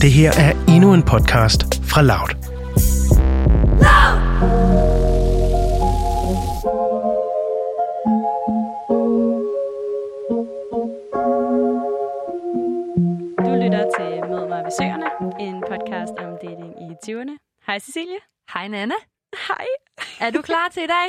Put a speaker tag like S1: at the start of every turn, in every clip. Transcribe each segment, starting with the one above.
S1: Det her er endnu en podcast fra Loud.
S2: Du lytter til Mød mig ved Søerne, en podcast om dating i 20'erne. Hej Cecilie.
S3: Hej Nana,
S2: Hej.
S3: er du klar til i dag?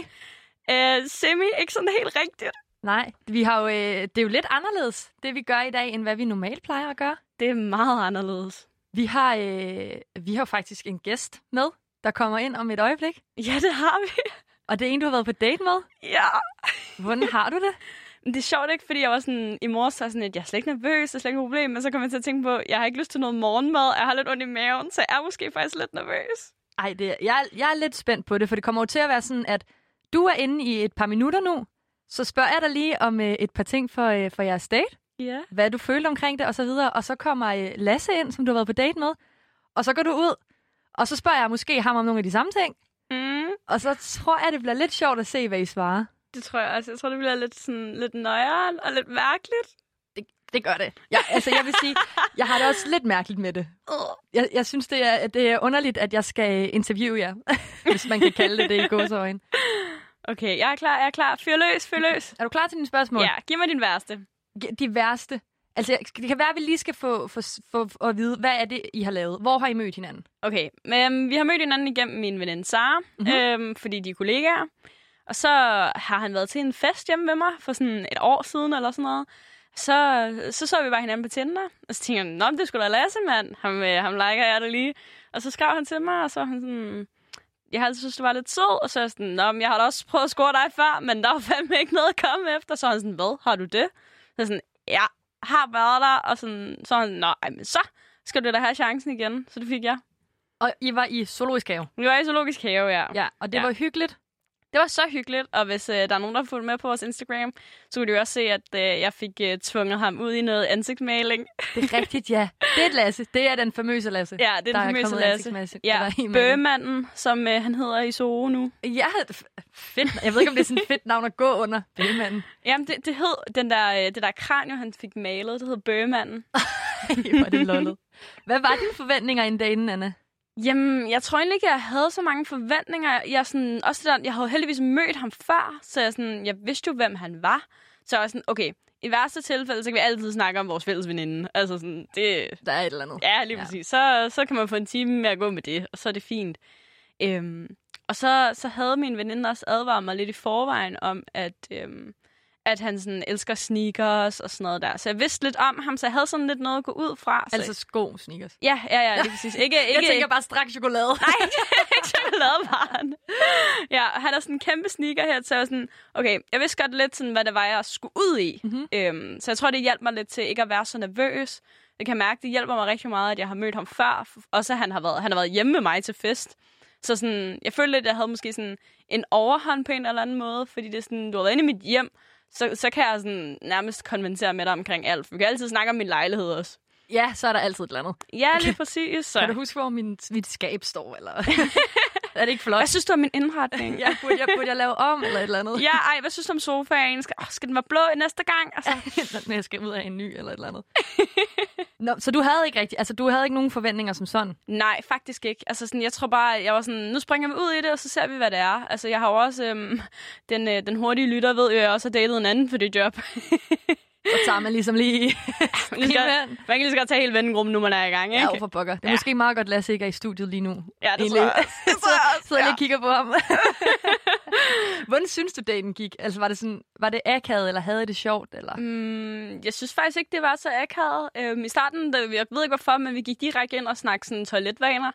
S2: Uh, semi, ikke sådan helt rigtigt.
S3: Nej, vi har jo, øh, det er jo lidt anderledes, det vi gør i dag, end hvad vi normalt plejer at gøre.
S2: Det er meget anderledes.
S3: Vi har, øh, vi har jo faktisk en gæst med, der kommer ind om et øjeblik,
S2: Ja, det har vi.
S3: og det er en, du har været på date med.
S2: Ja.
S3: Hvordan har du det?
S2: Men det er sjovt ikke, fordi jeg var sådan, i morges så var jeg sådan, at jeg er slet ikke nervøs, det er slet ikke et problem, men så kom jeg til at tænke på, at jeg har ikke lyst til noget morgenmad, og jeg har lidt ondt i maven, så jeg er måske faktisk lidt nervøs.
S3: Ej, det, er- jeg, jeg er lidt spændt på det, for det kommer jo til at være sådan, at du er inde i et par minutter nu, så spørger jeg dig lige om øh, et par ting for, øh, for jeres date.
S2: Ja.
S3: hvad du følte omkring det, og så videre. Og så kommer øh, Lasse ind, som du har været på date med, og så går du ud, og så spørger jeg måske ham om nogle af de samme ting,
S2: Mm,
S3: og så tror jeg, det bliver lidt sjovt at se, hvad I svarer.
S2: det tror jeg også. Jeg tror, det bliver lidt, sådan, lidt nøjere og lidt mærkeligt.
S3: Det gør det. Jeg, altså, jeg vil sige, jeg har det også lidt mærkeligt med det.
S2: Uh.
S3: Jeg, jeg synes, det er, det er underligt, at jeg skal interviewe jer, hvis man kan kalde det det i gåsøjne.
S2: Okay, jeg er klar, jeg er klar. Fyr løs, fyr løs.
S3: Er du klar til dine spørgsmål?
S2: Ja, giv mig din værste.
S3: De værste. Altså, jeg- det kan være, at vi lige skal få, få, få, få at vide, hvad er det, I har lavet? Hvor har I mødt hinanden?
S2: Okay, men vi har mødt hinanden igennem min veninde Sara, mm-hmm.
S3: Mhm.
S2: øhm, fordi de er kollegaer. Og så har han været til en fest hjemme med mig for sådan et år siden eller sådan noget. Så så, så vi bare hinanden på Tinder, og så tænkte jeg, Nå, men det skulle da Lasse, mand. Ham, øh, ham liker jeg da lige. Og så skrev han til mig, og så var han sådan... Jeg har altid synes, du var lidt sød, og så er jeg sådan, Nå, men jeg har da også prøvet at score dig før, men der var fandme ikke noget at komme efter. Så er han sådan, hvad, har du det? Så er jeg sådan, ja, har været der, og sådan, så er han sådan, Nå, ej, men så skal du da have chancen igen. Så det fik jeg.
S3: Og I var i Zoologisk Have.
S2: Vi var i zoologisk have, ja. ja.
S3: Ja, og det
S2: Ja.
S3: var hyggeligt.
S2: Det var så hyggeligt, og hvis øh, der er nogen, der har fulgt med på vores Instagram, så kunne de jo også se, at øh, jeg fik øh, tvunget ham ud i noget ansigtsmaling.
S3: Det er rigtigt, ja. Det er et Lasse. Det er den famøse Lasse.
S2: Ja, det er den famøse Lasse. Ja, Bøgemanden, som øh, han hedder i Zoo nu.
S3: Ja, f- fedt. Jeg ved ikke, om det er sådan et fedt navn at gå under. Bøgemanden.
S2: Jamen, det, det hed den der, øh, det der kranium, han fik malet, det hed Bøgemanden.
S3: Ej, hvor er det lollet. Hvad var dine forventninger inden dagen, Anna?
S2: Jamen, jeg tror egentlig ikke, jeg havde så mange forventninger. Jeg, sådan, også det der, jeg havde heldigvis mødt ham før, så jeg, sådan, jeg vidste jo, hvem han var. Så jeg var sådan, okay, i værste tilfælde, så kan vi altid snakke om vores fælles veninde. Altså sådan, det,
S3: Der er et eller andet.
S2: Ja, lige
S3: Ja.
S2: præcis. Så, så kan man få en time med at gå med det, og så er det fint. Øhm, og så, så havde min veninde også advaret mig lidt i forvejen om, at, øhm, at han sådan elsker sneakers og sådan noget der. Så jeg vidste lidt om ham, så jeg havde sådan lidt noget at gå ud fra. Så...
S3: Altså sko, sneakers.
S2: Ja, ja, ja, lige præcis. Ikke, ikke,
S3: Jeg tænker bare straks chokolade.
S2: Nej, ikke chokoladevaren. Ja, og han er sådan en kæmpe sneaker her, så jeg var sådan, okay, jeg vidste godt lidt, sådan, hvad det var, jeg skulle ud i.
S3: Mhm.
S2: Øhm, så jeg tror, det hjalp mig lidt til ikke at være så nervøs. Jeg kan mærke, det hjælper mig rigtig meget, at jeg har mødt ham før. Også at han har været, han har været hjemme med mig til fest. Så sådan, jeg følte lidt, at jeg havde måske sådan en overhånd på en eller anden måde, fordi det er sådan, du har været inde i mit hjem, så, så kan jeg sådan nærmest konventere med dig omkring alt. Vi kan altid snakke om min lejlighed også.
S3: Ja, så er der altid et eller andet.
S2: Ja, lige præcis. Så.
S3: Kan du huske, hvor min, mit skab står? Eller? er det ikke flot?
S2: Hvad synes du om min indretning?
S3: Ja, burde jeg, burde jeg lave om eller et eller andet?
S2: Ja, ej, hvad synes du om sofaen? Skal, oh, skal den være blå næste gang? Altså,
S3: når jeg skal ud af en ny eller et eller andet. Nå, så du havde ikke rigtig, altså du havde ikke nogen forventninger som sådan?
S2: nej, faktisk ikke. Altså, sådan, jeg tror bare, jeg var sådan, nu springer vi ud i det, og så ser vi, hvad det er. Altså, jeg har jo også, øhm, den, øh, den hurtige lytter ved jo, at jeg også har datet en anden for det job.
S3: Så tager man ligesom lige...
S2: Man kan lige så godt-
S3: Kigge
S2: man kan lige så godt tage hele vennegruppen, nu man er i gang, ikke?
S3: Ja, for pokker. Det er
S2: Ja.
S3: måske meget godt, Lasse ikke er i studiet lige nu.
S2: Ja, det tror
S3: Egentlig.
S2: jeg også. Det tror jeg også.
S3: Så jeg lige
S2: ja.
S3: og kigger på ham. Hvordan synes du, daten gik? Altså, var det, sådan, var det akavet, eller havde I det sjovt? Eller?
S2: Mm, jeg synes faktisk ikke, det var så akavet. Øhm, I starten, da, jeg ved ikke hvorfor, men vi gik direkte ind og snakkede sådan toiletvaner.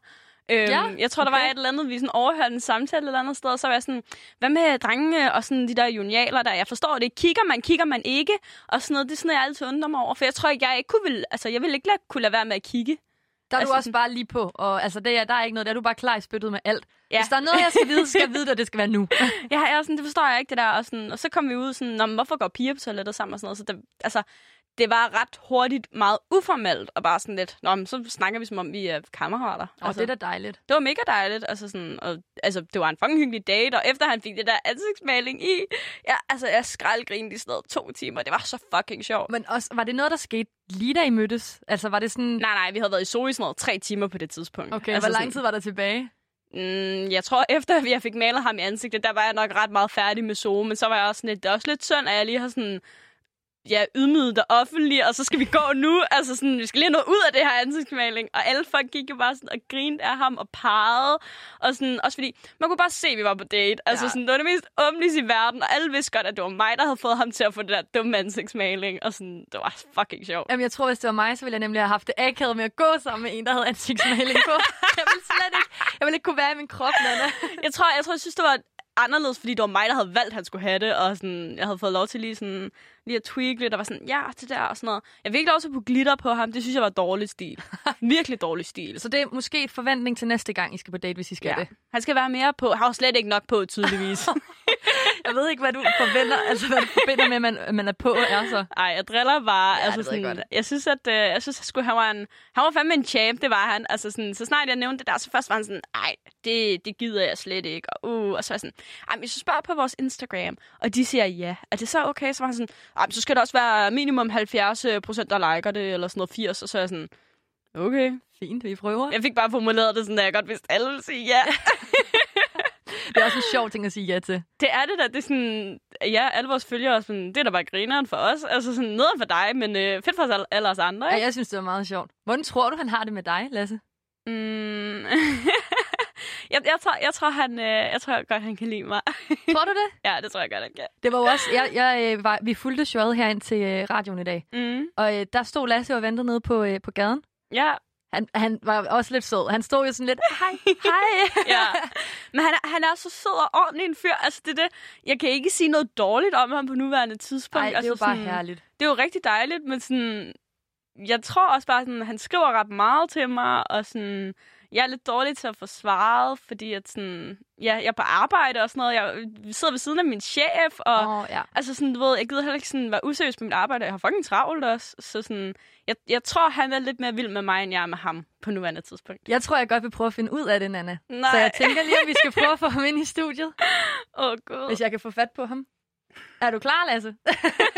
S2: Øhm,
S3: Ja,
S2: jeg tror, der var
S3: okay.
S2: et eller andet, vi sådan overhørte en samtale et eller andet sted, og så var jeg sådan, hvad med drengene og sådan de der junialer der? Jeg forstår det. Kigger man, kigger man ikke? Og sådan noget, det er sådan noget, jeg altid undrer mig over, for jeg tror ikke, jeg ikke kunne, ville, altså, jeg ville ikke lade, kunne lade være med at kigge.
S3: Der er
S2: altså
S3: altså, du også
S2: sådan-
S3: bare lige på, og altså, det er, der er ikke noget. Der er du bare klar i spyttet med alt.
S2: Ja.
S3: Ja. Hvis der er noget, jeg skal vide, så skal jeg vide det, og det skal være nu.
S2: Ja, jeg er sådan, det forstår jeg ikke, det der. Og, sådan, og så kom vi ud sådan, Nå, men hvorfor går piger på toilettet sammen og sådan noget? Så det, altså, det var ret hurtigt meget uformelt, og bare sådan lidt, nå, men så snakker vi, som om vi er kammerater.
S3: Og det er da dejligt.
S2: det var mega dejligt, altså sådan, og, altså, det var en fucking hyggelig date, og efter han fik det der ansigtsmaling i, ja, altså, jeg skraldgrinede i sådan noget to timer, det var så fucking sjovt.
S3: Men også, var det noget, der skete lige da I mødtes? Altså, var det sådan...
S2: Nej, nej, vi havde været i Zoe i sådan noget tre timer på det tidspunkt. altså,
S3: Okay, altså, hvor lang tid var der tilbage?
S2: Sådan, mm, jeg tror, efter jeg fik malet ham i ansigtet, der var jeg nok ret meget færdig med Zoe, men så var jeg også sådan lidt, det er også lidt synd, at jeg lige har sådan, ja, ydmyget dig offentligt, og så skal vi gå nu. Altså sådan, vi skal lige nå ud af det her ansigtsmaling. Og alle folk gik jo bare sådan og grinte af ham og pegede. Og sådan, også fordi, man kunne bare se, at vi var på date. Altså
S3: Ja.
S2: sådan, det var det mest åbenlis i verden, og alle vidste godt, at det var mig, der havde fået ham til at få det der dumme ansigtsmaling. Og sådan, det var fucking sjovt.
S3: Jamen, jeg tror, hvis det var mig, så ville jeg nemlig have haft det akavet med at gå sammen med en, der havde ansigtsmaling på. jeg ville slet ikke, jeg ville ikke kunne være i min krop, Nana.
S2: Jeg tror, jeg tror, jeg synes, det var anderledes, fordi det var mig, der havde valgt, at han skulle have det, og sådan, jeg havde fået lov til lige, sådan, lige at tweak lidt, og var sådan, ja, det der, og sådan noget. Jeg fik ikke lov til at putte glitter på ham, det synes jeg var dårlig stil. Virkelig dårlig stil.
S3: Så det er måske et forventning til næste gang, I skal på date, hvis I skal det.
S2: Han skal være mere på. Har jo slet ikke nok på, tydeligvis.
S3: Jeg ved ikke, hvad du forventer, altså hvad du forbinder med, at man, at man er på, er så.
S2: Ej, jeg driller bare. Ja, altså,
S3: det ved jeg
S2: sådan, jeg,
S3: godt.
S2: synes, at øh, jeg synes, at skulle, han, var en, han var fandme en champ, det var han. Altså, sådan, så snart jeg nævnte det der, så først var han sådan, ej, det, det gider jeg slet ikke. Og, uh, og så var jeg sådan, ej, men så spørger på vores Instagram, og de siger ja. Er det så okay? Så var han sådan, ej, men så skal det også være minimum 70 procent, der liker det, eller sådan noget 80. Og så er jeg sådan, okay.
S3: Fint, vi prøver.
S2: Jeg fik bare formuleret det sådan, at jeg godt vidste, at alle ville sige ja.
S3: Det er også en sjov ting at sige ja til.
S2: Det er det da, det er sådan, ja, alle vores følgere er sådan, det er da bare grineren for os, altså sådan nederen for dig, men øh, fedt for os alle, alle os andre,
S3: Ja,
S2: ikke?
S3: jeg synes, det var meget sjovt. Hvordan tror du, han har det med dig, Lasse?
S2: Mm. jeg, jeg, tror, jeg, tror, han, øh, jeg tror godt, han kan lide mig.
S3: Tror du det?
S2: ja, det tror jeg godt, han kan.
S3: Det var jo også... Jeg, jeg, øh, var, vi fulgte showet herind til øh, radioen i dag,
S2: Mm.
S3: og øh, der stod Lasse og ventede nede på, øh, på gaden.
S2: Ja,
S3: Han, han var også lidt sød. Han stod jo sådan lidt, hej, hej.
S2: ja. Men han, er- han er så sød og ordentlig en fyr. Altså, det, er det, jeg kan ikke sige noget dårligt om ham på nuværende tidspunkt.
S3: Nej, det er
S2: altså,
S3: jo bare
S2: sådan,
S3: herligt.
S2: Det er jo rigtig dejligt, men sådan, jeg tror også bare, sådan, han skriver ret meget til mig, og sådan, jeg er lidt dårlig til at få svaret, fordi at sådan, ja, jeg er på arbejde og sådan noget. Jeg sidder ved siden af min chef, og...
S3: Åh, oh, ja.
S2: Altså sådan, du ved, jeg gider heller ikke sådan være useriøs med mit arbejde, og jeg har fucking travlt også. Så sådan, jeg, jeg tror, han er lidt mere vild med mig, end jeg er med ham på nuværende tidspunkt.
S3: Jeg tror, jeg godt vil prøve at finde ud af det, Nana.
S2: Nej.
S3: Så jeg tænker lige, at vi skal prøve at få ham ind i studiet,
S2: Åh, oh, gud.
S3: hvis jeg kan få fat på ham. Er du klar, Lasse?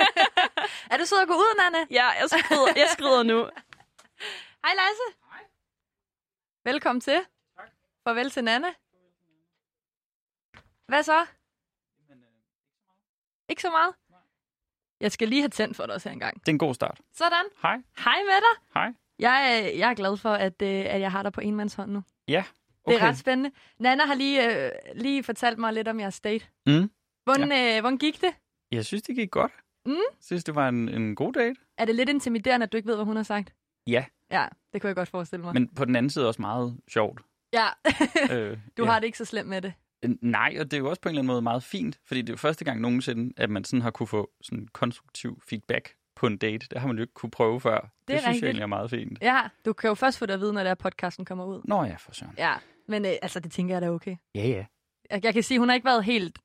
S3: er du sød at gå ud, Nana?
S2: Ja, jeg skrider, jeg skrider nu.
S3: Hej, Lasse. Hej. Velkommen til. Tak. Farvel til Nana. Hvad så? Ikke så meget? Jeg skal lige have tændt for dig også her engang.
S4: Det er en god start.
S3: Sådan.
S4: Hej.
S3: Hej med dig.
S4: Hej.
S3: Jeg, er- jeg er glad for, at, øh, at jeg har dig på enmandshånd nu.
S4: Ja.
S3: Det er ret spændende. Nana har lige, øh, lige fortalt mig lidt om jeres date.
S4: Mm.
S3: Hvordan, ja. øh, hvordan gik det?
S4: Jeg synes, det gik godt.
S3: Mm.
S4: Jeg synes, det var en, en god date.
S3: Er det lidt intimiderende, at du ikke ved, hvad hun har sagt?
S4: Ja.
S3: Ja, det kunne jeg godt forestille mig. Men...
S4: Men på den anden side også meget sjovt.
S3: Ja,
S4: øh,
S3: du
S4: ja.
S3: har det ikke så slemt med det.
S4: Nej, og det er jo også på en eller anden måde meget fint, fordi det er jo første gang nogensinde, at man sådan har kunne få sådan konstruktiv feedback på en date. Det har man jo ikke kunne prøve før. Det, det synes
S3: rigtigt.
S4: jeg egentlig er meget fint.
S3: Ja, du kan jo først få det at vide, når det er, podcasten kommer ud.
S4: Nå ja, for søren.
S3: Ja, men øh, altså, det tænker jeg da er okay.
S4: Ja, ja.
S3: Jeg, jeg kan sige, hun har ikke været helt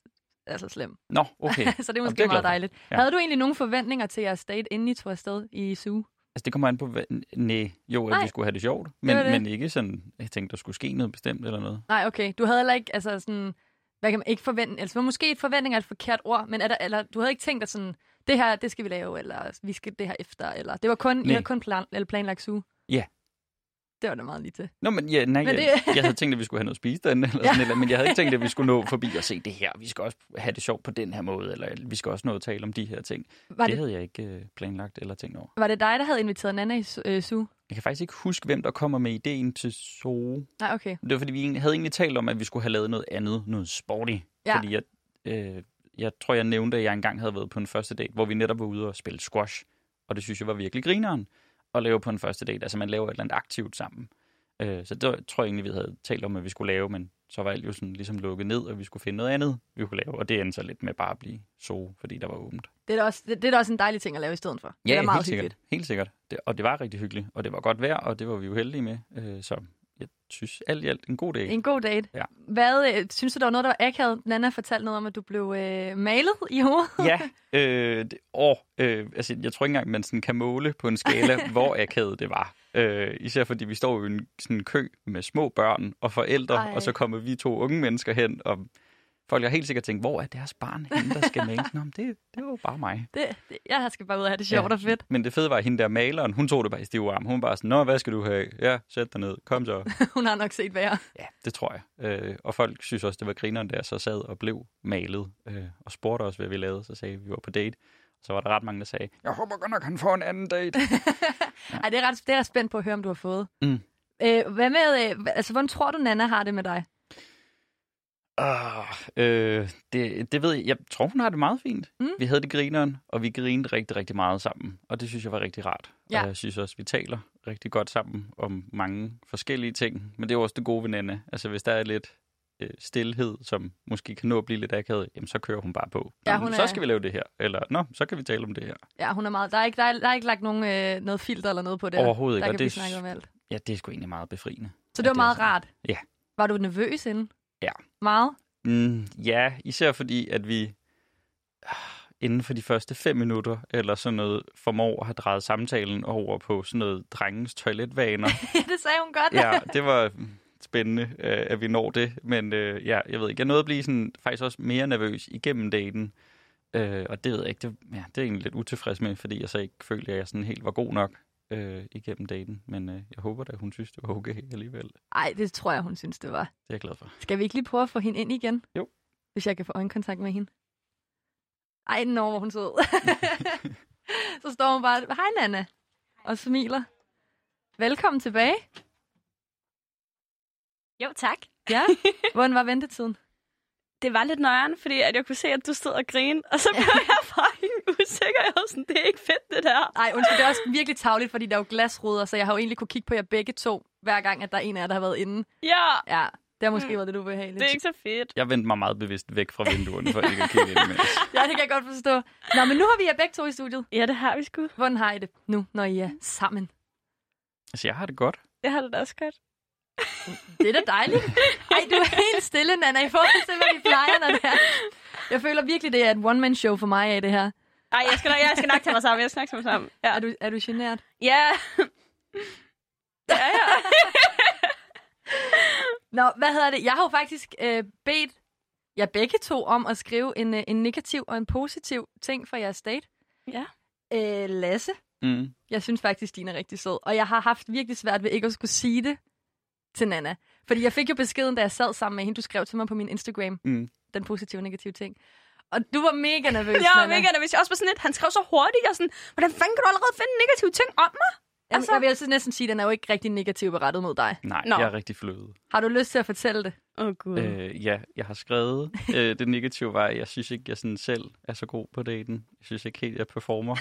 S3: altså, slem.
S4: Nå, okay.
S3: så det er
S4: Jamen,
S3: måske
S4: det er jeg
S3: det
S4: glad
S3: meget
S4: for.
S3: dejligt. Ja.
S4: Ja.
S3: Havde du egentlig nogle forventninger til jeres date, inden I tog afsted i SU?
S4: altså, det kommer an på, hvad... Næ, jo, at
S3: Nej.
S4: vi skulle have det sjovt,
S3: var
S4: men,
S3: det.
S4: men ikke sådan, jeg tænkte, der skulle ske noget bestemt eller noget.
S3: Nej, okay. Du havde heller ikke, altså sådan, hvad kan man ikke forvente? Altså, måske et forventning er et forkert ord, men er der, eller, du havde ikke tænkt dig sådan, det her, det skal vi lave, eller vi skal det her efter, eller det var kun, I
S4: Nej.
S3: havde kun plan, eller planlagt suge.
S4: Ja.
S3: Det var da meget lige til.
S4: Nå, men ja, nej,
S3: Men
S4: men
S3: det-
S4: det... jeg, jeg havde tænkt, at vi skulle have noget spise derinde, eller
S3: Ja.
S4: sådan et eller, andet, men jeg havde ikke tænkt, at vi skulle nå forbi og se det her. Vi skal også have det sjovt på den her måde, eller vi skal også nå at tale om de her ting.
S3: Var
S4: det,
S3: det,
S4: havde jeg ikke øh, planlagt eller tænkt over.
S3: var det dig, der havde inviteret Nana i su- øh, suge?
S4: Jeg kan faktisk ikke huske, hvem der kommer med ideen til Zoo.
S3: Nej, okay.
S4: Det var, fordi vi egentlig- havde egentlig talt om, at vi skulle have lavet noget andet, noget sporty.
S3: Ja.
S4: Fordi jeg, øh, jeg tror, jeg nævnte, at jeg engang havde været på en første date, hvor vi netop var ude og spille squash. Og det synes jeg var virkelig grineren at lave på en første date. Altså, man laver et eller andet aktivt sammen. Øh, så det tror jeg egentlig, vi havde talt om, at vi skulle lave, men så var alt jo sådan ligesom lukket ned, og vi skulle finde noget andet, vi kunne lave. Og det endte så lidt med bare at blive zoo, fordi der var åbent.
S3: Det er, da også, det, det er da også en dejlig ting at lave i stedet for. det er da
S4: helt
S3: meget
S4: sikkert.
S3: hyggeligt.
S4: Helt sikkert. Det, og det var rigtig hyggeligt, og det var godt vejr, og det var vi jo heldige med. Øh, så jeg synes alt i alt en god date.
S3: En god date.
S4: Ja.
S3: Hvad, øh, synes du, der var noget, der var akavet? Nana fortalte noget om, at du blev øh, malet i hovedet.
S4: Ja, øh, det, og, øh, altså, jeg tror ikke engang, man sådan kan måle på en skala, hvor akavet det var. Øh, især fordi vi står jo i en sådan, kø med små børn og forældre,
S3: Ej.
S4: Ej. og så kommer vi to unge mennesker hen, og folk har helt sikkert tænkt, hvor er deres barn henne, der skal males? Nå, men det, det var jo bare mig.
S3: Det, det, jeg skal bare ud og have det sjovt ja. og fedt.
S4: Men det fede var, at hende der maleren, hun tog det bare i stiv arm. Hun var bare sådan, nå, hvad skal du have? Ja, sæt dig ned, kom så.
S3: Hun har nok set værre.
S4: Ja, det tror jeg. Øh, og folk synes også, det var grineren, der så sad og blev malet øh, og spurgte os, hvad vi lavede. Så sagde vi, vi var på date. Så var der ret mange, der sagde, jeg håber godt nok, han får en anden date.
S3: Ej, det er, ret, det er jeg spændt på at høre, om du har fået.
S4: Mm.
S3: Øh, hvad med, øh, hva- altså, hvordan tror du, Nana har det med dig?
S4: Ah, øh, det, det ved jeg. Jeg tror, hun har det meget fint.
S3: Mm.
S4: Vi havde det grineren, og vi grinede rigtig, rigtig meget sammen. Og det synes jeg var rigtig rart.
S3: Ja.
S4: Og jeg synes også, vi taler rigtig godt sammen om mange forskellige ting. Men det er jo også det gode ved Nana. Altså, hvis der er lidt øh, stillhed, som måske kan nå at blive lidt akavet, jamen, så kører hun bare på.
S3: Ja,
S4: Nå,
S3: hun
S4: Så
S3: er-
S4: skal vi lave det her. Eller, nå, så kan vi tale om det her.
S3: Ja, hun er meget... Der er ikke, der er, der er ikke lagt nogen, øh, noget filter eller noget på det.
S4: Overhovedet
S3: der
S4: ikke.
S3: kan
S4: og
S3: blive
S4: det,
S3: snakket om alt.
S4: ja, det er sgu egentlig meget befriende.
S3: Så det
S4: Ja,
S3: var
S4: det er
S3: meget
S4: sådan.
S3: rart.
S4: Ja.
S3: Var du nervøs inden?
S4: Ja.
S3: Meget?
S4: Mm, ja, især fordi, at vi ah, inden for de første fem minutter, eller sådan noget, formår at have drejet samtalen over på sådan noget drengens toiletvaner.
S3: ja, det sagde hun godt.
S4: ja, det var spændende, øh, at vi når det. Men øh, ja, jeg ved ikke, jeg nåede at blive sådan, faktisk også mere nervøs igennem daten. Øh, og det ved jeg ikke, det, ja, det er jeg egentlig lidt utilfreds med, fordi jeg så ikke følte, at jeg sådan helt var god nok øh, igennem daten. Men øh, jeg håber da, hun synes, det var okay alligevel. Det
S3: Ej, det tror jeg, hun synes, det var.
S4: er jeg glad for.
S3: Skal vi ikke lige prøve at få hende ind igen?
S4: Jo.
S3: Hvis jeg kan få øjenkontakt med hende. Ej, nå, hvor hun sød. så står hun bare, hej Nana, og smiler. Velkommen tilbage.
S2: Jo, tak.
S3: Ja. Hvordan var ventetiden?
S2: Det var lidt nøjeren, fordi at jeg kunne se, at du stod og grinede, og så blev jeg fucking usikker. Jeg var sådan, det er ikke fedt, det der.
S3: Ej, undskyld, det er også virkelig tavligt, fordi der er jo glasruder, så jeg har jo egentlig kunne kigge på jer begge to, hver gang, at der er en af jer, der har været inde.
S2: Ja,
S3: Ja, det har måske
S2: Mm.
S3: været lidt ubehageligt.
S2: det er ikke så fedt.
S4: Jeg vendte mig meget bevidst væk fra vinduerne, for ikke at kigge ind imens.
S3: Ja, det kan jeg godt forstå. Nå, men nu har vi jer begge to i studiet.
S2: Ja, det har vi sgu.
S3: Hvordan har I det nu, når I er sammen?
S4: Altså, jeg har det godt.
S2: Det har du da også godt.
S3: Det er da dejligt. Ej, du er helt stille, Nana, i forhold til, hvad vi plejer, når det er. Jeg føler virkelig, det er et one-man-show for mig af det her.
S2: Ej, jeg skal, nok, jeg skal nok tage mig sammen. Jeg skal nok tage mig sammen. Ja.
S3: Er du, er du genert?
S2: Ja. ja, ja.
S3: Nå, hvad hedder det? Jeg har jo faktisk øh, bedt jer begge to om at skrive en, øh, en negativ og en positiv ting fra jeres date.
S2: Ja.
S3: Øh, Lasse,
S4: Mm.
S3: jeg synes faktisk, din er rigtig sød. Og jeg har haft virkelig svært ved ikke at skulle sige det til Nana. Fordi jeg fik jo beskeden, da jeg sad sammen med hende, du skrev til mig på min Instagram,
S4: Mm.
S3: den positive og negative ting. Og du var mega nervøs,
S2: Jeg var
S3: Nana.
S2: mega nervøs. Jeg var også var sådan lidt, han skrev så hurtigt. Jeg var sådan, hvordan fanden kan du allerede finde negative ting om mig?
S3: Jamen, altså...
S2: Altså-
S3: Jeg vil altså næsten sige, at den er jo ikke rigtig negativ berettet mod dig.
S4: Nej,
S2: Nå.
S4: Nå. jeg er rigtig flødet.
S3: Har du lyst til at fortælle det?
S2: Åh, oh, gud. Øh.
S4: Øh, ja, jeg har skrevet. Øh, det negative var, at jeg synes ikke, jeg sådan selv er så god på daten. Jeg synes ikke helt, jeg performer.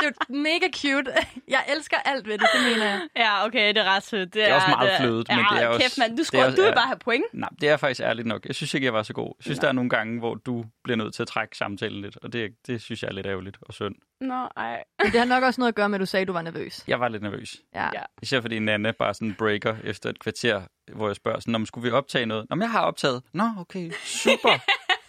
S3: Det er jo mega cute. Jeg elsker alt ved det, det mener jeg.
S2: Ja, okay, det er ret sødt.
S4: Det er også meget flødet, men det er også-
S2: Kæft, mand. Du,
S4: det er
S2: skulle,
S4: også-
S2: du vil
S4: ja.
S2: bare have point.
S4: Nej, det er faktisk ærligt nok. Jeg synes ikke, jeg var så god. Jeg synes, der er nogle gange, hvor du bliver nødt til at trække samtalen lidt, og det, det synes jeg er lidt ærgerligt og synd.
S2: Nå, ej.
S3: Men det har nok også noget at gøre med, at du sagde, at du var nervøs.
S4: Jeg var lidt nervøs.
S3: Ja.
S2: Ja.
S4: Især fordi Nana bare sådan breaker efter et kvarter, hvor jeg spørger sådan, om skulle vi optage noget? Nå, men jeg har optaget. Nå, okay, super.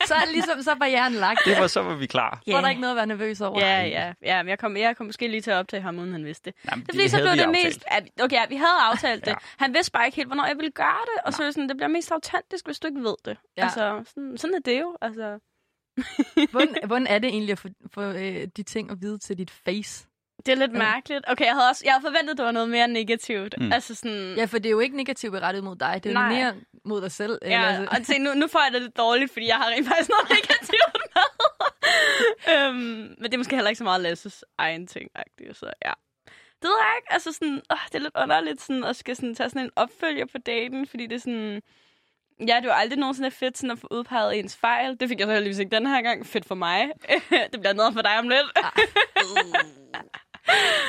S3: Så er det ligesom, så var hjernen lagt.
S4: Det var, så var vi klar.
S3: Så er der ikke noget at være nervøs over.
S2: Ja, ja. ja men jeg kom, jeg kom måske lige til at optage ham, uden han vidste det.
S4: Jamen,
S2: Det er fordi, så
S4: havde
S2: blev
S4: vi
S2: det
S4: aftalt.
S2: mest... At, okay, ja, vi havde aftalt det.
S4: Ja.
S2: Han vidste bare ikke helt, hvornår jeg ville gøre det. Og så er det sådan, det bliver mest autentisk, hvis du ikke ved det.
S3: Ja.
S2: Ja. Altså, sådan, sådan er det jo. Altså,
S3: Hvordan, hvordan er det egentlig at få, få øh, de ting at vide til dit face?
S2: det er lidt
S3: Ja.
S2: ja. mærkeligt. Okay, jeg havde også jeg havde forventet, det var noget mere negativt.
S4: Mm.
S2: Mm. Altså sådan...
S3: Ja, for det er jo ikke negativt berettet mod dig. Det er
S2: Nej.
S3: mere mod dig selv. øh,
S2: Ja,
S3: Lasse.
S2: og se, nu, nu får jeg det lidt dårligt, fordi jeg har rent faktisk noget negativt med. øhm, men det er måske heller ikke så meget Lasses egen ting, -agtigt, så ja. Det ved jeg ikke, altså sådan, åh, det er lidt underligt sådan, at skal sådan, tage sådan en opfølger på daten, fordi det er sådan, ja, det er jo aldrig nogensinde fedt sådan at få udpeget ens fejl. Det fik jeg så heldigvis ikke den her gang. Fedt for mig. det bliver noget for dig om lidt.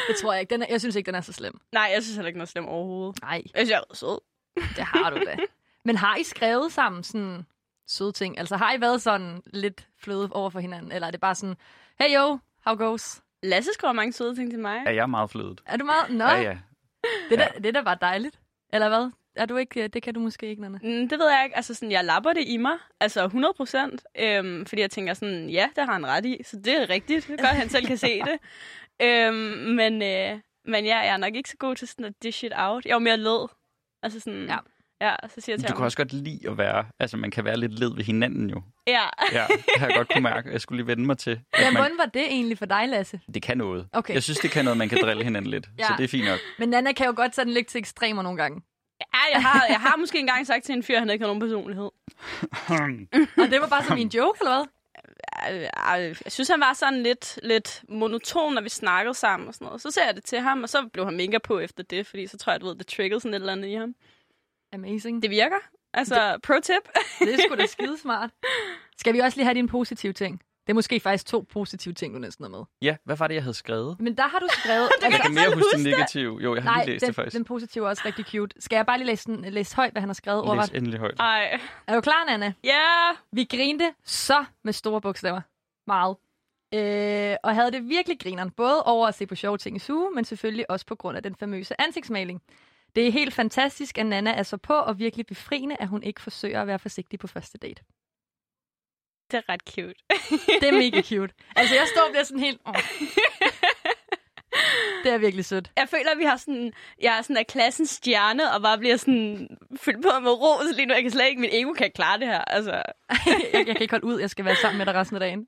S3: Det tror jeg ikke. Den er, jeg synes ikke, den er så slem.
S2: Nej, jeg synes heller ikke noget slemt overhovedet.
S3: Nej,
S2: Jeg synes, jeg er sød.
S3: det har du da. Men har I skrevet sammen sådan søde ting? Altså har I været sådan lidt fløde over for hinanden? Eller er det bare sådan, hey yo, how goes?
S2: Lasse skriver mange søde ting til mig.
S4: Ja, jeg er meget flødet.
S3: Er du meget? Nå,
S4: Ja, ja.
S3: Det, er da, det er da bare dejligt. Eller hvad? Er du ikke, det kan du måske ikke, Nana.
S2: Mm, Det ved jeg ikke. Altså, sådan, jeg lapper det i mig. Altså, 100 procent. Øhm, fordi jeg tænker sådan, ja, det har han ret i. Så det er rigtigt. Det gør, at han selv kan se det. Øhm, men, øh, men ja, jeg er nok ikke så god til sådan at dish it out. Jeg er jo mere led. Altså sådan,
S3: Ja.
S2: ja. Ja, så siger jeg til
S4: Du
S2: ham.
S4: kan også godt lide at være... Altså, man kan være lidt led ved hinanden jo.
S2: Ja,
S4: Ja, det har jeg godt kunne mærke. Jeg skulle lige vende mig til.
S3: Men
S4: at man,
S3: hvordan var det egentlig for dig, Lasse?
S4: det kan noget.
S3: Okay.
S4: Jeg synes, det kan noget, man kan drille hinanden lidt.
S3: Ja.
S4: Så det er fint nok.
S3: Men Nana kan jo godt sådan ligge til ekstremer nogle gange.
S2: ja jeg, har, jeg har måske engang sagt til en fyr, at han ikke har nogen personlighed.
S3: Og det var bare som en joke, eller hvad?
S2: Ej, ej, øh, Jeg synes, han var sådan lidt, lidt monoton, når vi snakkede sammen og sådan noget. Så sagde jeg det til ham, og så blev han mega på efter det, fordi så tror jeg, du ved, det triggede sådan et eller andet i ham.
S3: Amazing. Det,
S2: Det virker. Altså, pro-tip.
S3: det er sgu da skide smart. Skal vi også lige have dine positive ting? Det er måske faktisk to positive ting, du næsten er med.
S4: Ja, hvad var det, jeg havde skrevet?
S3: Men der har du skrevet... Altså,
S2: kan
S4: Jeg
S2: Jeg
S4: kan
S2: kan
S4: mere
S2: selv
S4: huske det
S2: huske det.
S4: negative. Jo, jeg har
S3: Nej,
S4: lige læst det,
S3: den,
S4: faktisk.
S3: den positive er også rigtig cute. Skal jeg bare lige læse, den, læse højt, hvad han har skrevet
S4: Læs
S3: over?
S4: endelig højt.
S3: Ah.
S2: Ej,
S3: Er du klar, Nana?
S2: ja.
S3: Vi grinte så med store bogstaver. Meget. Øh, og havde det virkelig grineren, både over at se på sjove ting i suge, men selvfølgelig også på grund af den famøse ansigtsmaling. Det er helt fantastisk, at Nana er så på, og virkelig befriende, at hun ikke forsøger at være forsigtig på første date.
S2: Det er ret cute.
S3: Det er mega cute. Altså, jeg står og bliver sådan helt... Oh. Det er virkelig sødt.
S2: Jeg føler, at vi har sådan, jeg er sådan af klassens stjerne, og bare bliver sådan fyldt på med ros lige nu. Jeg kan slet ikke, min ego kan klare det her. Altså,
S3: jeg, jeg kan ikke holde ud, jeg skal være sammen med dig resten af dagen.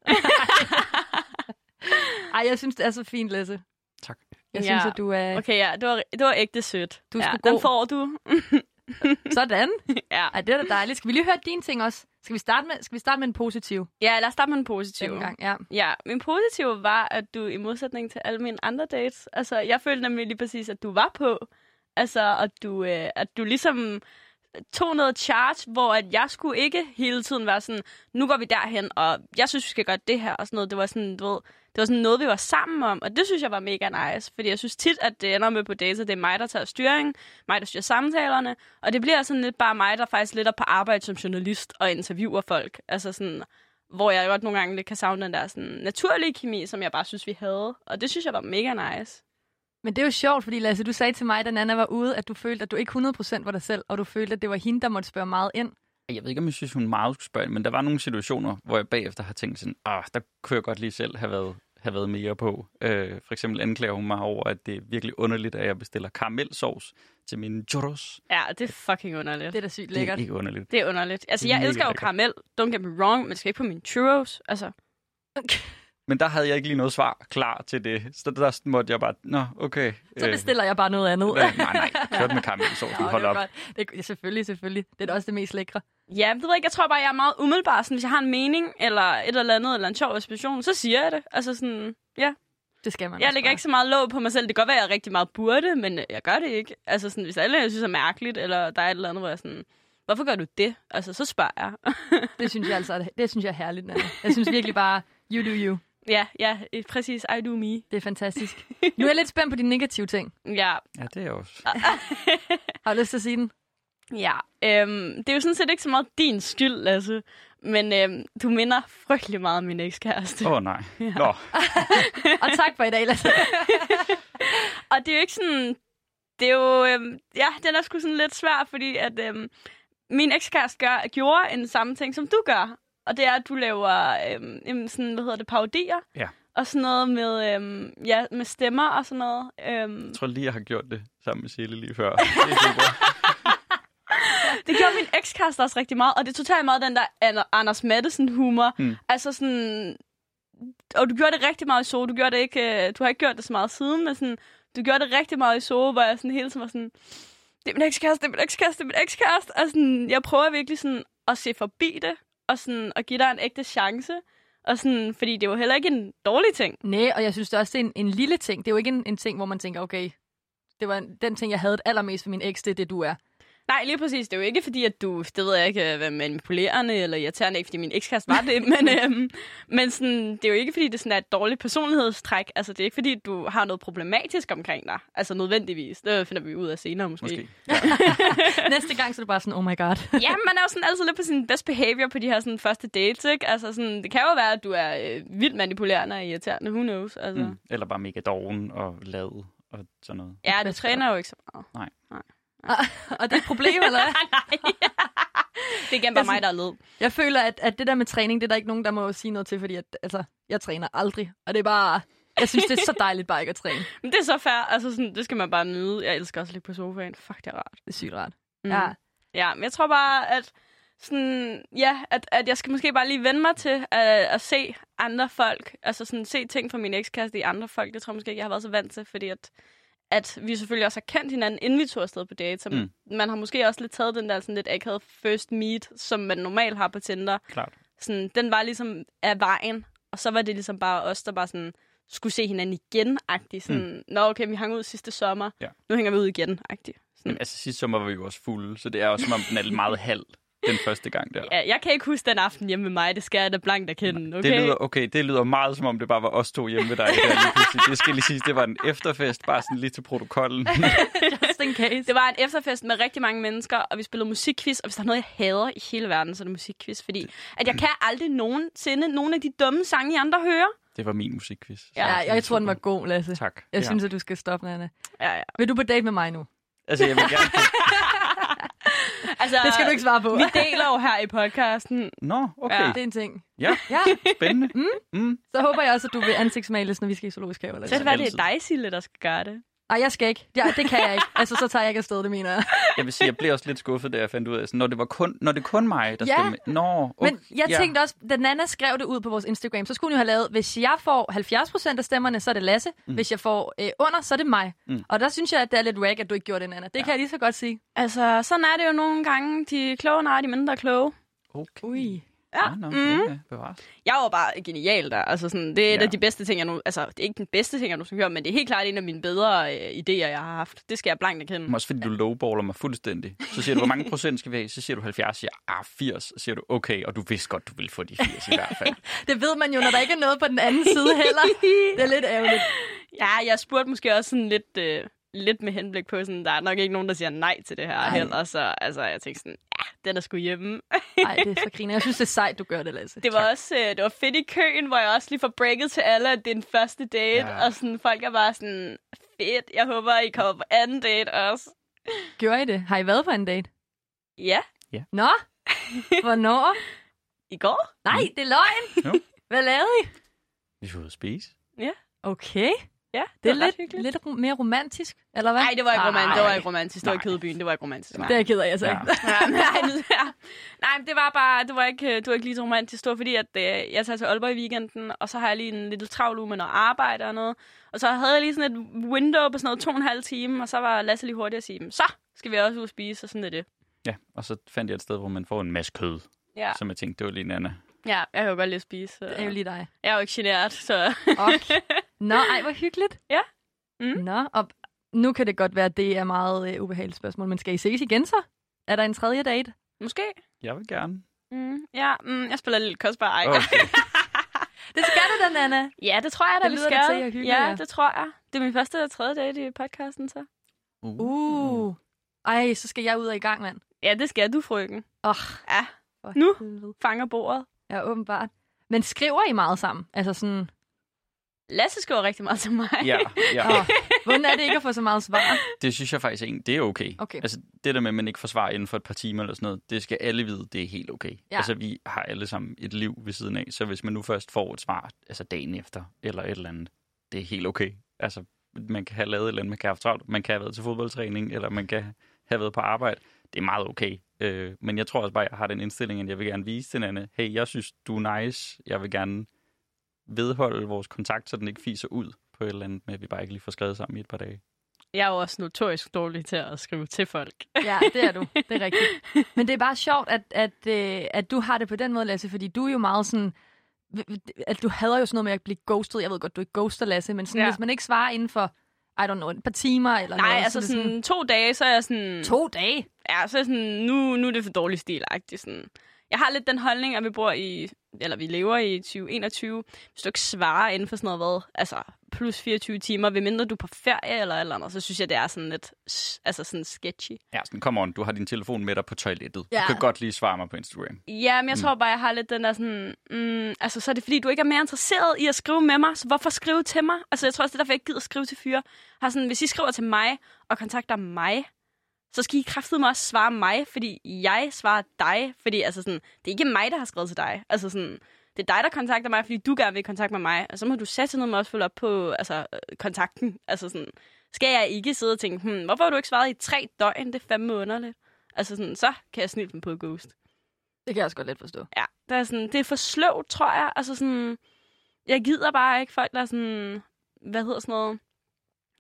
S3: Ej, jeg synes, det er så fint, Lasse.
S4: Tak.
S3: Jeg
S2: Ja.
S3: synes, at du er...
S2: okay, ja, det var, det var ægte sødt.
S3: Du er
S2: ja,
S3: sgu god.
S2: den får du.
S3: Sådan.
S2: ja.
S3: Ej, det er da dejligt. Skal vi lige høre dine ting også? Skal vi starte med, skal vi starte med en positiv
S2: ja, lad os starte med en positiv.
S3: denne gang? Ja.
S2: Ja, min positive var, at du i modsætning til alle mine andre dates, altså jeg følte nemlig lige præcis, at du var på. Altså, at du, øh, at du ligesom tog noget charge, hvor at jeg skulle ikke hele tiden være sådan, nu går vi derhen, og jeg synes, vi skal gøre det her, og sådan noget. Det var sådan, du ved, det var sådan noget, vi var sammen om, og det synes jeg var mega nice, fordi jeg synes tit, at det ender med på dates, at det er mig, der tager styring, mig, der styrer samtalerne, og det bliver sådan lidt bare mig, der faktisk lidt er på arbejde som journalist og interviewer folk. Altså sådan, hvor jeg godt nogle gange lidt kan savne den der sådan, naturlige kemi, som jeg bare synes, vi havde. Og det synes jeg var mega nice.
S3: Men det er jo sjovt, fordi Lasse, du sagde til mig, da Nana var ude, at du følte, at du ikke 100% var dig selv, og du følte, at det var hende, der måtte spørge meget ind.
S4: Jeg ved ikke, om jeg synes, hun meget skulle spørge, men der var nogle situationer, hvor jeg bagefter har tænkt sådan, ah, der kunne jeg godt lige selv have været, have været mere på. Øh, for eksempel anklager hun mig over, at det er virkelig underligt, at jeg bestiller karamelsovs til mine churros.
S2: Ja, det er fucking underligt.
S3: Det er
S2: Det,
S3: da sygt
S4: Det er
S3: lækkert.
S4: ikke underligt.
S2: det er underligt. Altså,
S4: Det er
S2: jeg
S4: mega
S2: elsker jo
S4: lækkert.
S2: karamel. Don't get me wrong, men det skal ikke på mine churros. Altså,
S4: Men der havde jeg ikke lige noget svar klar til det, så der måtte jeg bare, nå, okay.
S3: Så
S4: øh,
S3: bestiller jeg bare noget andet.
S4: hvad- Nej, nej, kørt med karamelsovs,
S3: Nå,
S4: hold
S3: det
S4: op.
S3: var godt. Det, ja, selvfølgelig, selvfølgelig. Det er da også det mest lækre.
S2: ja, det ved jeg ikke. Jeg tror bare, jeg er meget umiddelbar. Sådan, hvis jeg har en mening, eller et eller andet, eller en sjov inspiration, så siger jeg det. Altså sådan, ja.
S3: Det skal man
S2: Jeg
S3: også
S2: lægger
S3: bare.
S2: ikke så meget låg på mig selv. Det kan godt være, at jeg rigtig meget burde, men øh, jeg gør det ikke. Altså sådan, hvis alle jeg synes er mærkeligt, eller der er et eller andet, hvor jeg sådan, hvorfor gør du det? Altså, så spørger jeg.
S3: Det synes jeg altså er- det synes jeg er herligt, Nana. Jeg synes virkelig bare, you do you.
S2: ja, ja, øh, præcis. I do me.
S3: Det er fantastisk. Nu er jeg lidt spændt på de negative ting.
S2: Ja,
S4: Ja, det er jeg også.
S3: Har du lyst til at sige den?
S2: Ja, øhm, det er jo sådan set ikke så meget din skyld, Lasse, men øhm, du minder frygtelig meget om min ekskæreste.
S3: Ah.
S4: Åh, oh, nej. Nå,
S3: Og tak for i dag, Lasse.
S2: Og det er jo ikke sådan... Det er jo... Øhm, ja, den er sgu sådan lidt svær, fordi at øhm, min ekskæreste gør, gjorde en samme ting, som du gør. Og det er, at du laver øhm, jamen, sådan, hvad hedder det, parodier.
S4: Ja.
S2: Og sådan noget med, øhm, ja, med stemmer og sådan noget. Øhm,
S4: jeg tror lige, jeg har gjort det sammen med Sille lige før. Det er super.
S2: det gjorde min ekskæreste også rigtig meget, og det er totalt meget den der An- Anders Madsen-humor.
S4: Mm.
S2: Mm. Altså sådan... Og du gjorde det rigtig meget i Zoo. Du, gjorde det ikke, øh, du har ikke gjort det så meget siden, men sådan, du gjorde det rigtig meget i Zoo, hvor jeg sådan hele tiden var sådan... Det er min ekskæreste, det er min ekskæreste, det er min ekskæreste. Og sådan, jeg prøver virkelig sådan at se forbi det, og sådan at give dig en ægte chance. Og sådan, fordi det var heller ikke en dårlig ting.
S3: Nej, og jeg synes det også, det er en, en lille ting. Det er jo ikke en, en ting, hvor man tænker, okay, det var en, den ting, jeg havde allermest for min eks, det er det, du er.
S2: Nej, lige præcis. Det er jo ikke fordi, at du, det ved jeg ikke, øh, hvad manipulerende eller irriterende, ikke fordi min ekskæreste var det, men, øhm, men sådan, det er jo ikke fordi, det sådan er et dårligt personlighedstræk. Altså, det er ikke fordi, du har noget problematisk omkring dig. Altså, nødvendigvis. Det finder vi ud af senere, måske.
S4: Måske.
S3: Næste gang, så er du bare sådan, oh my god.
S2: ja, man er jo sådan altid lidt på sin best behavior på de her sådan, første dates, ikke? Altså, sådan, det kan jo være, at du er øh, vildt manipulerende og irriterende. Who knows? Altså. Mm.
S4: Mm. Eller bare mega doven og lad og sådan noget.
S2: Ja,
S3: Hvad
S2: du
S3: skal der?
S2: træner jo ikke så meget.
S4: Nej.
S2: Nej.
S3: og det er et problem, eller hvad?
S2: Nej. det er igen bare mig, der er led.
S3: Jeg føler, at, at det der med træning, det er der ikke nogen, der må sige noget til, fordi at, altså, jeg træner aldrig. Og det er bare... Jeg synes, det er så dejligt bare ikke at træne.
S2: Men det er så fair. Altså, sådan, det skal man bare nyde. Jeg elsker også at ligge på sofaen. Fuck, det er rart.
S3: Det er sygt rart.
S2: Mm.
S3: Ja.
S2: Ja, men jeg tror bare, at, sådan, ja, at, at jeg skal måske bare lige vende mig til at, at se andre folk. Altså sådan, se ting fra min ekskæreste i andre folk. Det tror jeg måske ikke, jeg har været så vant til, fordi at, at vi selvfølgelig også har kendt hinanden, inden vi tog afsted på date. Så
S4: Mm.
S2: mm. man har måske også lidt taget den der sådan lidt akavede first meet, som man normalt har på Tinder.
S4: Klart.
S2: Sådan, den var ligesom af vejen, og så var det ligesom bare os, der bare sådan skulle se hinanden igen, agtig. Sådan, mm. Nå, okay, vi hang ud sidste sommer.
S4: Ja.
S2: Nu hænger vi ud igen, agtig. Sådan.
S4: Jamen, altså sidste sommer var vi jo også fulde, så det er også som om, den er meget halv den første gang der.
S2: Ja, jeg kan ikke huske den aften hjemme med mig. Det skal jeg da blankt erkende, okay?
S4: Det lyder, okay, det lyder meget som om, det bare var os to hjemme ved dig. Der lige pludselig. det skal lige siges, det var en efterfest, bare sådan lige til protokollen.
S3: Just in case.
S2: det var en efterfest med rigtig mange mennesker, og vi spillede musikquiz. Og hvis der er noget, jeg hader i hele verden, så er det musikquiz. Fordi at jeg kan aldrig nogensinde nogle af de dumme sange, I andre hører.
S4: Det var min musikquiz. så-
S3: Ja, jeg, jeg tror, den var god, Lasse.
S4: Tak.
S3: Jeg synes, at du skal stoppe, Nana.
S2: Ja, ja.
S3: Vil du på date med mig nu?
S4: Altså, jeg vil gerne...
S2: Altså,
S3: Det skal du ikke svare på.
S2: Vi deler jo her i podcasten.
S4: Nå, okay.
S3: Det er en ting.
S4: Ja,
S3: Ja,
S4: spændende. Mm.
S3: så håber jeg også, at du vil ansigtsmales, når vi skal i zoologisk have. Eller
S2: Så
S3: sådan.
S2: det være, det er
S4: altid.
S2: dig, Sille, der skal gøre det.
S3: Nej, jeg skal ikke. Ja, det kan jeg ikke. Altså, så tager jeg ikke afsted, det mener jeg.
S4: Jeg vil sige, jeg blev også lidt skuffet, da jeg fandt ud af, sådan, når det var kun, når det kun mig, der
S3: Ja.
S4: skal med. Nå, okay.
S3: Men jeg tænkte også, da Nana skrev det ud på vores Instagram, så skulle hun jo have lavet, hvis jeg får 70 procent af stemmerne, så er det Lasse. Mm. Hvis jeg får øh, under, så er det mig. Mm. Og der synes jeg, at det er lidt rag, at du ikke gjorde det, Nana. Det ja. kan jeg lige så godt sige.
S2: Altså, sådan er det jo nogle gange. De kloge, nej, de mindre kloge.
S4: Okay.
S3: Ui.
S2: Ja,
S4: Ah, nå, okay. Bevares.
S2: jeg var bare genial der. Altså sådan, det er ja. et
S4: Ja.
S2: af de bedste ting, jeg nu... Altså, det er ikke den bedste ting, jeg nu hører, men det er helt klart en af mine bedre øh, idéer, jeg har haft. Det skal jeg blankt erkende.
S4: Men Også fordi du lowballer mig fuldstændig. Så siger du, hvor mange procent skal vi have? Så siger du 70, siger jeg, ah, 80. Så siger du, okay, og du vidste godt, du ville få de 80 i hvert fald.
S3: Det ved man jo, når der ikke er noget på den anden side heller. Det er lidt ærgerligt.
S2: Ja, jeg spurgte måske også sådan lidt, øh, lidt med henblik på, sådan, der er nok ikke nogen, der siger nej til det her Ej. heller. Så altså, jeg tænkte sådan, ja, den er sgu hjemme.
S3: Nej, det er så griner. Jeg synes, det er sejt, du gør det, Lasse.
S2: Det var også øh, det var fedt i køen, hvor jeg også lige får breaket til alle, at det er en første date.
S4: Ja.
S2: Ja. Og sådan, folk er bare sådan, fedt, jeg håber, I kommer på anden date også.
S3: Gjorde I det? Har I været på en date?
S2: Ja,
S3: Nå? Hvornår?
S2: i går.
S3: Nej, det er løgn.
S4: Jo.
S3: Hvad lavede I?
S4: Vi får ud at spise.
S3: Okay.
S2: Ja, det,
S3: Det
S2: var
S3: er
S2: ret
S3: lidt, lidt ru- mere romantisk, eller hvad?
S2: Nej, det var ikke romantisk. Det var
S3: Ej.
S2: ikke romantisk. Det var i
S4: Nej.
S2: Kødbyen. Det var ikke romantisk. Nej.
S3: Det er jeg ked af, altså
S4: Ja.
S3: ikke.
S2: Ja, nej, det- ja. nej, men det var bare, det var ikke, øh, det var ikke lige så romantisk. Det var fordi, at øh, jeg tager til Aalborg i weekenden, og så har jeg lige en lidt travl uge med noget arbejde og noget. Og så havde jeg lige sådan et window på sådan noget to og en halv time, og så var Lasse lige hurtigt at sige, "Men så skal vi også ud og spise, og sådan er det.
S4: Ja, og så fandt jeg et sted, hvor man får en masse kød,
S2: Ja,
S4: ja. som jeg tænkte, det var lige en anden.
S2: ja jeg kan jo godt lide at spise. Så.
S3: Det er jo lige dig.
S2: Jeg er jo ikke generet, så...
S3: Okay. Nå, ej, hvor hyggeligt.
S2: Ja. Mm.
S3: Nå, og nu kan det godt være, at det er meget øh, ubehageligt spørgsmål, men skal I ses igen så? Er der en tredje date?
S2: Måske.
S4: Jeg vil gerne.
S2: Mm, ja, mm, jeg spiller lidt kostbar. Ej.
S4: Okay.
S3: Det skal du da, Nana.
S2: Ja, det tror jeg, da
S3: Det
S2: vi
S3: lyder da
S2: skal.
S3: til, I har hygget
S2: ja,
S3: jer.
S2: det tror jeg. Det er min første og tredje date i podcasten, så.
S3: Uh. Ej, så skal jeg ud og i gang, mand.
S2: Ja, det skal du, frøken.
S3: Åh.
S2: Ja,
S3: For
S2: Nu?
S3: helvede.
S2: fanger bordet.
S3: Ja, åbenbart. Men skriver I meget sammen? Altså sådan,
S2: Lasse skriver rigtig meget til mig.
S4: Ja, ja.
S3: åh, hvordan er det ikke at få så meget svar?
S4: Det synes jeg faktisk egentlig, det er okay.
S3: Okay.
S4: Altså det der med, at man ikke får svar inden for et par timer eller sådan noget, det skal alle vide, det er helt okay.
S3: Ja.
S4: Altså vi har alle sammen et liv ved siden af, så hvis man nu først får et svar, altså dagen efter eller et eller andet, det er helt okay. Altså man kan have lavet et eller andet, man kan have haft travlt, man kan have været til fodboldtræning, eller man kan have været på arbejde. Det er meget okay. Øh, men jeg tror også bare, at jeg har den indstilling, at jeg vil gerne vise til Nanne, hey, jeg synes, du er nice, jeg vil gerne vedholde vores kontakt, så den ikke fiser ud på et eller andet med, at vi bare ikke lige får skrevet sammen i et par dage.
S2: Jeg er jo også notorisk dårlig til at skrive til folk.
S3: Ja, det er du. Det er rigtigt. Men det er bare sjovt, at, at, øh, at du har det på den måde, Lasse, fordi du er jo meget sådan... At du hader jo sådan noget med at blive ghostet. Jeg ved godt, du ikke ghoster, Lasse, men sådan, ja.
S2: Ja.
S3: hvis man ikke svarer inden for, I don't know, et par timer eller
S2: Nej,
S3: noget,
S2: altså
S3: så er det
S2: sådan, sådan to dage, så er jeg sådan...
S3: To dage?
S2: Ja, så er jeg sådan, nu, nu er det for dårlig stil sådan. Jeg har lidt den holdning, at vi bor i, eller vi lever i 2021. Hvis du ikke svarer inden for sådan noget, hvad, altså plus 24 timer, ved mindre du er på ferie eller et eller andet, så synes jeg, det er sådan lidt, s- altså sådan sketchy.
S4: Ja, sådan, come on, du har din telefon med dig på toilettet.
S3: Ja.
S4: Ja. Du kan godt lige svare mig på Instagram.
S2: Ja, men jeg tror bare, jeg har lidt den der sådan... Mm, altså, så er det fordi, du ikke er mere interesseret i at skrive med mig, så hvorfor skrive til mig? Altså, jeg tror også, det er derfor, jeg ikke gider skrive til fyre. Har sådan, hvis I skriver til mig og kontakter mig, så skal I kraftedeme også svare mig, fordi jeg svarer dig. Fordi altså sådan, det er ikke mig, der har skrevet til dig. Altså sådan, det er dig, der kontakter mig, fordi du gerne vil i kontakt med mig. Og så må du sætte noget med også følge op på altså, øh, kontakten. Altså sådan, skal jeg ikke sidde og tænke, hmm, hvorfor har du ikke svaret i tre døgn? Det er fandme underligt. Altså sådan, så kan jeg snille dem på Ghost.
S3: Det kan jeg også godt let forstå.
S2: Ja, der er sådan, det er for sløvt, tror jeg. Altså sådan, jeg gider bare ikke folk, der er sådan, hvad hedder sådan noget,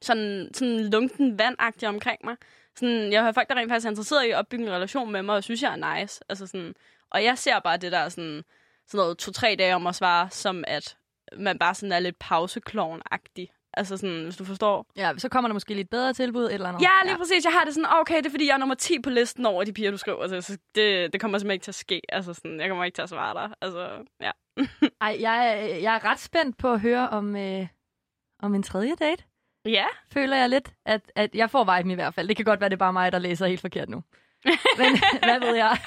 S2: sådan, sådan lunken vandagtigt omkring mig. Sådan, jeg har folk, der rent faktisk er interesseret i at opbygge en relation med mig, og synes, jeg er nice. Altså sådan, og jeg ser bare det der sådan, sådan noget to-tre dage om at svare, som at man bare sådan er lidt pauseklovn-agtig. Altså sådan, hvis du forstår.
S3: Ja, så kommer der måske lidt bedre tilbud et eller andet.
S2: Ja, lige ja. præcis. Jeg har det sådan, okay, det er fordi, jeg er nummer 10 på listen over de piger, du skriver til. Så det, det kommer simpelthen ikke til at ske. Altså sådan, jeg kommer ikke til at svare dig. Altså, ja.
S3: Ej, jeg, er- jeg er ret spændt på at høre om, øh, om en tredje date.
S2: Ja,
S3: Føler jeg lidt, at, at jeg får viben i hvert fald. Det kan godt være, det er bare mig, der læser helt forkert nu. Men hvad ved jeg?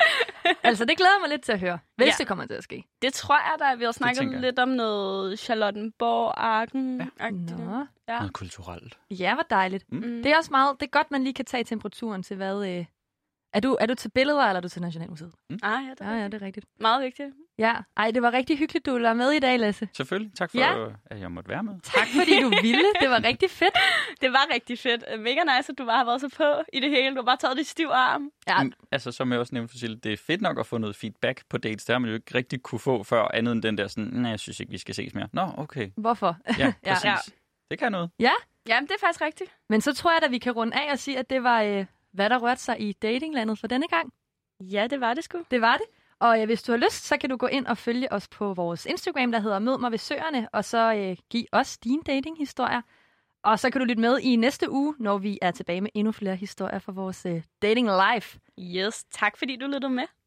S3: Altså, det glæder jeg mig lidt til at høre, hvis
S2: Ja.
S3: det kommer til at ske.
S2: det tror jeg da. Vi har snakket
S4: tænker jeg.
S2: lidt om noget Charlottenborg-arken. Ja.
S3: Nå.
S2: Ja.
S4: Noget kulturelt.
S3: Ja, hvor dejligt.
S2: Mm.
S3: Det er også meget, det er godt, man lige kan tage temperaturen til hvad... Øh, er du, er du til billeder, eller er du til Nationalmuseet?
S2: Ah, ja, det er
S3: Ja, ja, det er rigtigt.
S2: meget vigtigt.
S3: Ja, ej, det var rigtig hyggeligt, du ville være med i dag, Lasse.
S4: Selvfølgelig. Tak for,
S3: Ja.
S4: ja. at jeg måtte være med.
S3: Tak, fordi du ville. Det var rigtig fedt.
S2: Det var rigtig fedt. Mega nice, at du bare har været så på i det hele. Du har bare taget dit stiv arm.
S3: Ja,
S4: Mm, Altså, som jeg også nævnte for Sille, det er fedt nok at få noget feedback på dates. Det har man jo ikke rigtig kunne få før, andet end den der sådan, nej, jeg synes ikke, vi skal ses mere. Nå, okay.
S3: hvorfor?
S4: Ja,
S3: Ja.
S4: præcis.
S2: Ja.
S4: Ja. Det kan noget.
S2: Jamen, det er faktisk rigtigt.
S3: Men så tror jeg at vi kan runde af og sige, at det var, øh, hvad der rørte sig i datinglandet for denne gang.
S2: Ja, det var det sgu.
S3: Det var det. Og øh, hvis du har lyst, så kan du gå ind og følge os på vores Instagram, der hedder Mød mig ved søerne, og så øh, give os dine datinghistorier. Og så kan du lytte med i næste uge, når vi er tilbage med endnu flere historier fra vores øh, dating life.
S2: Yes, tak fordi du lyttede med.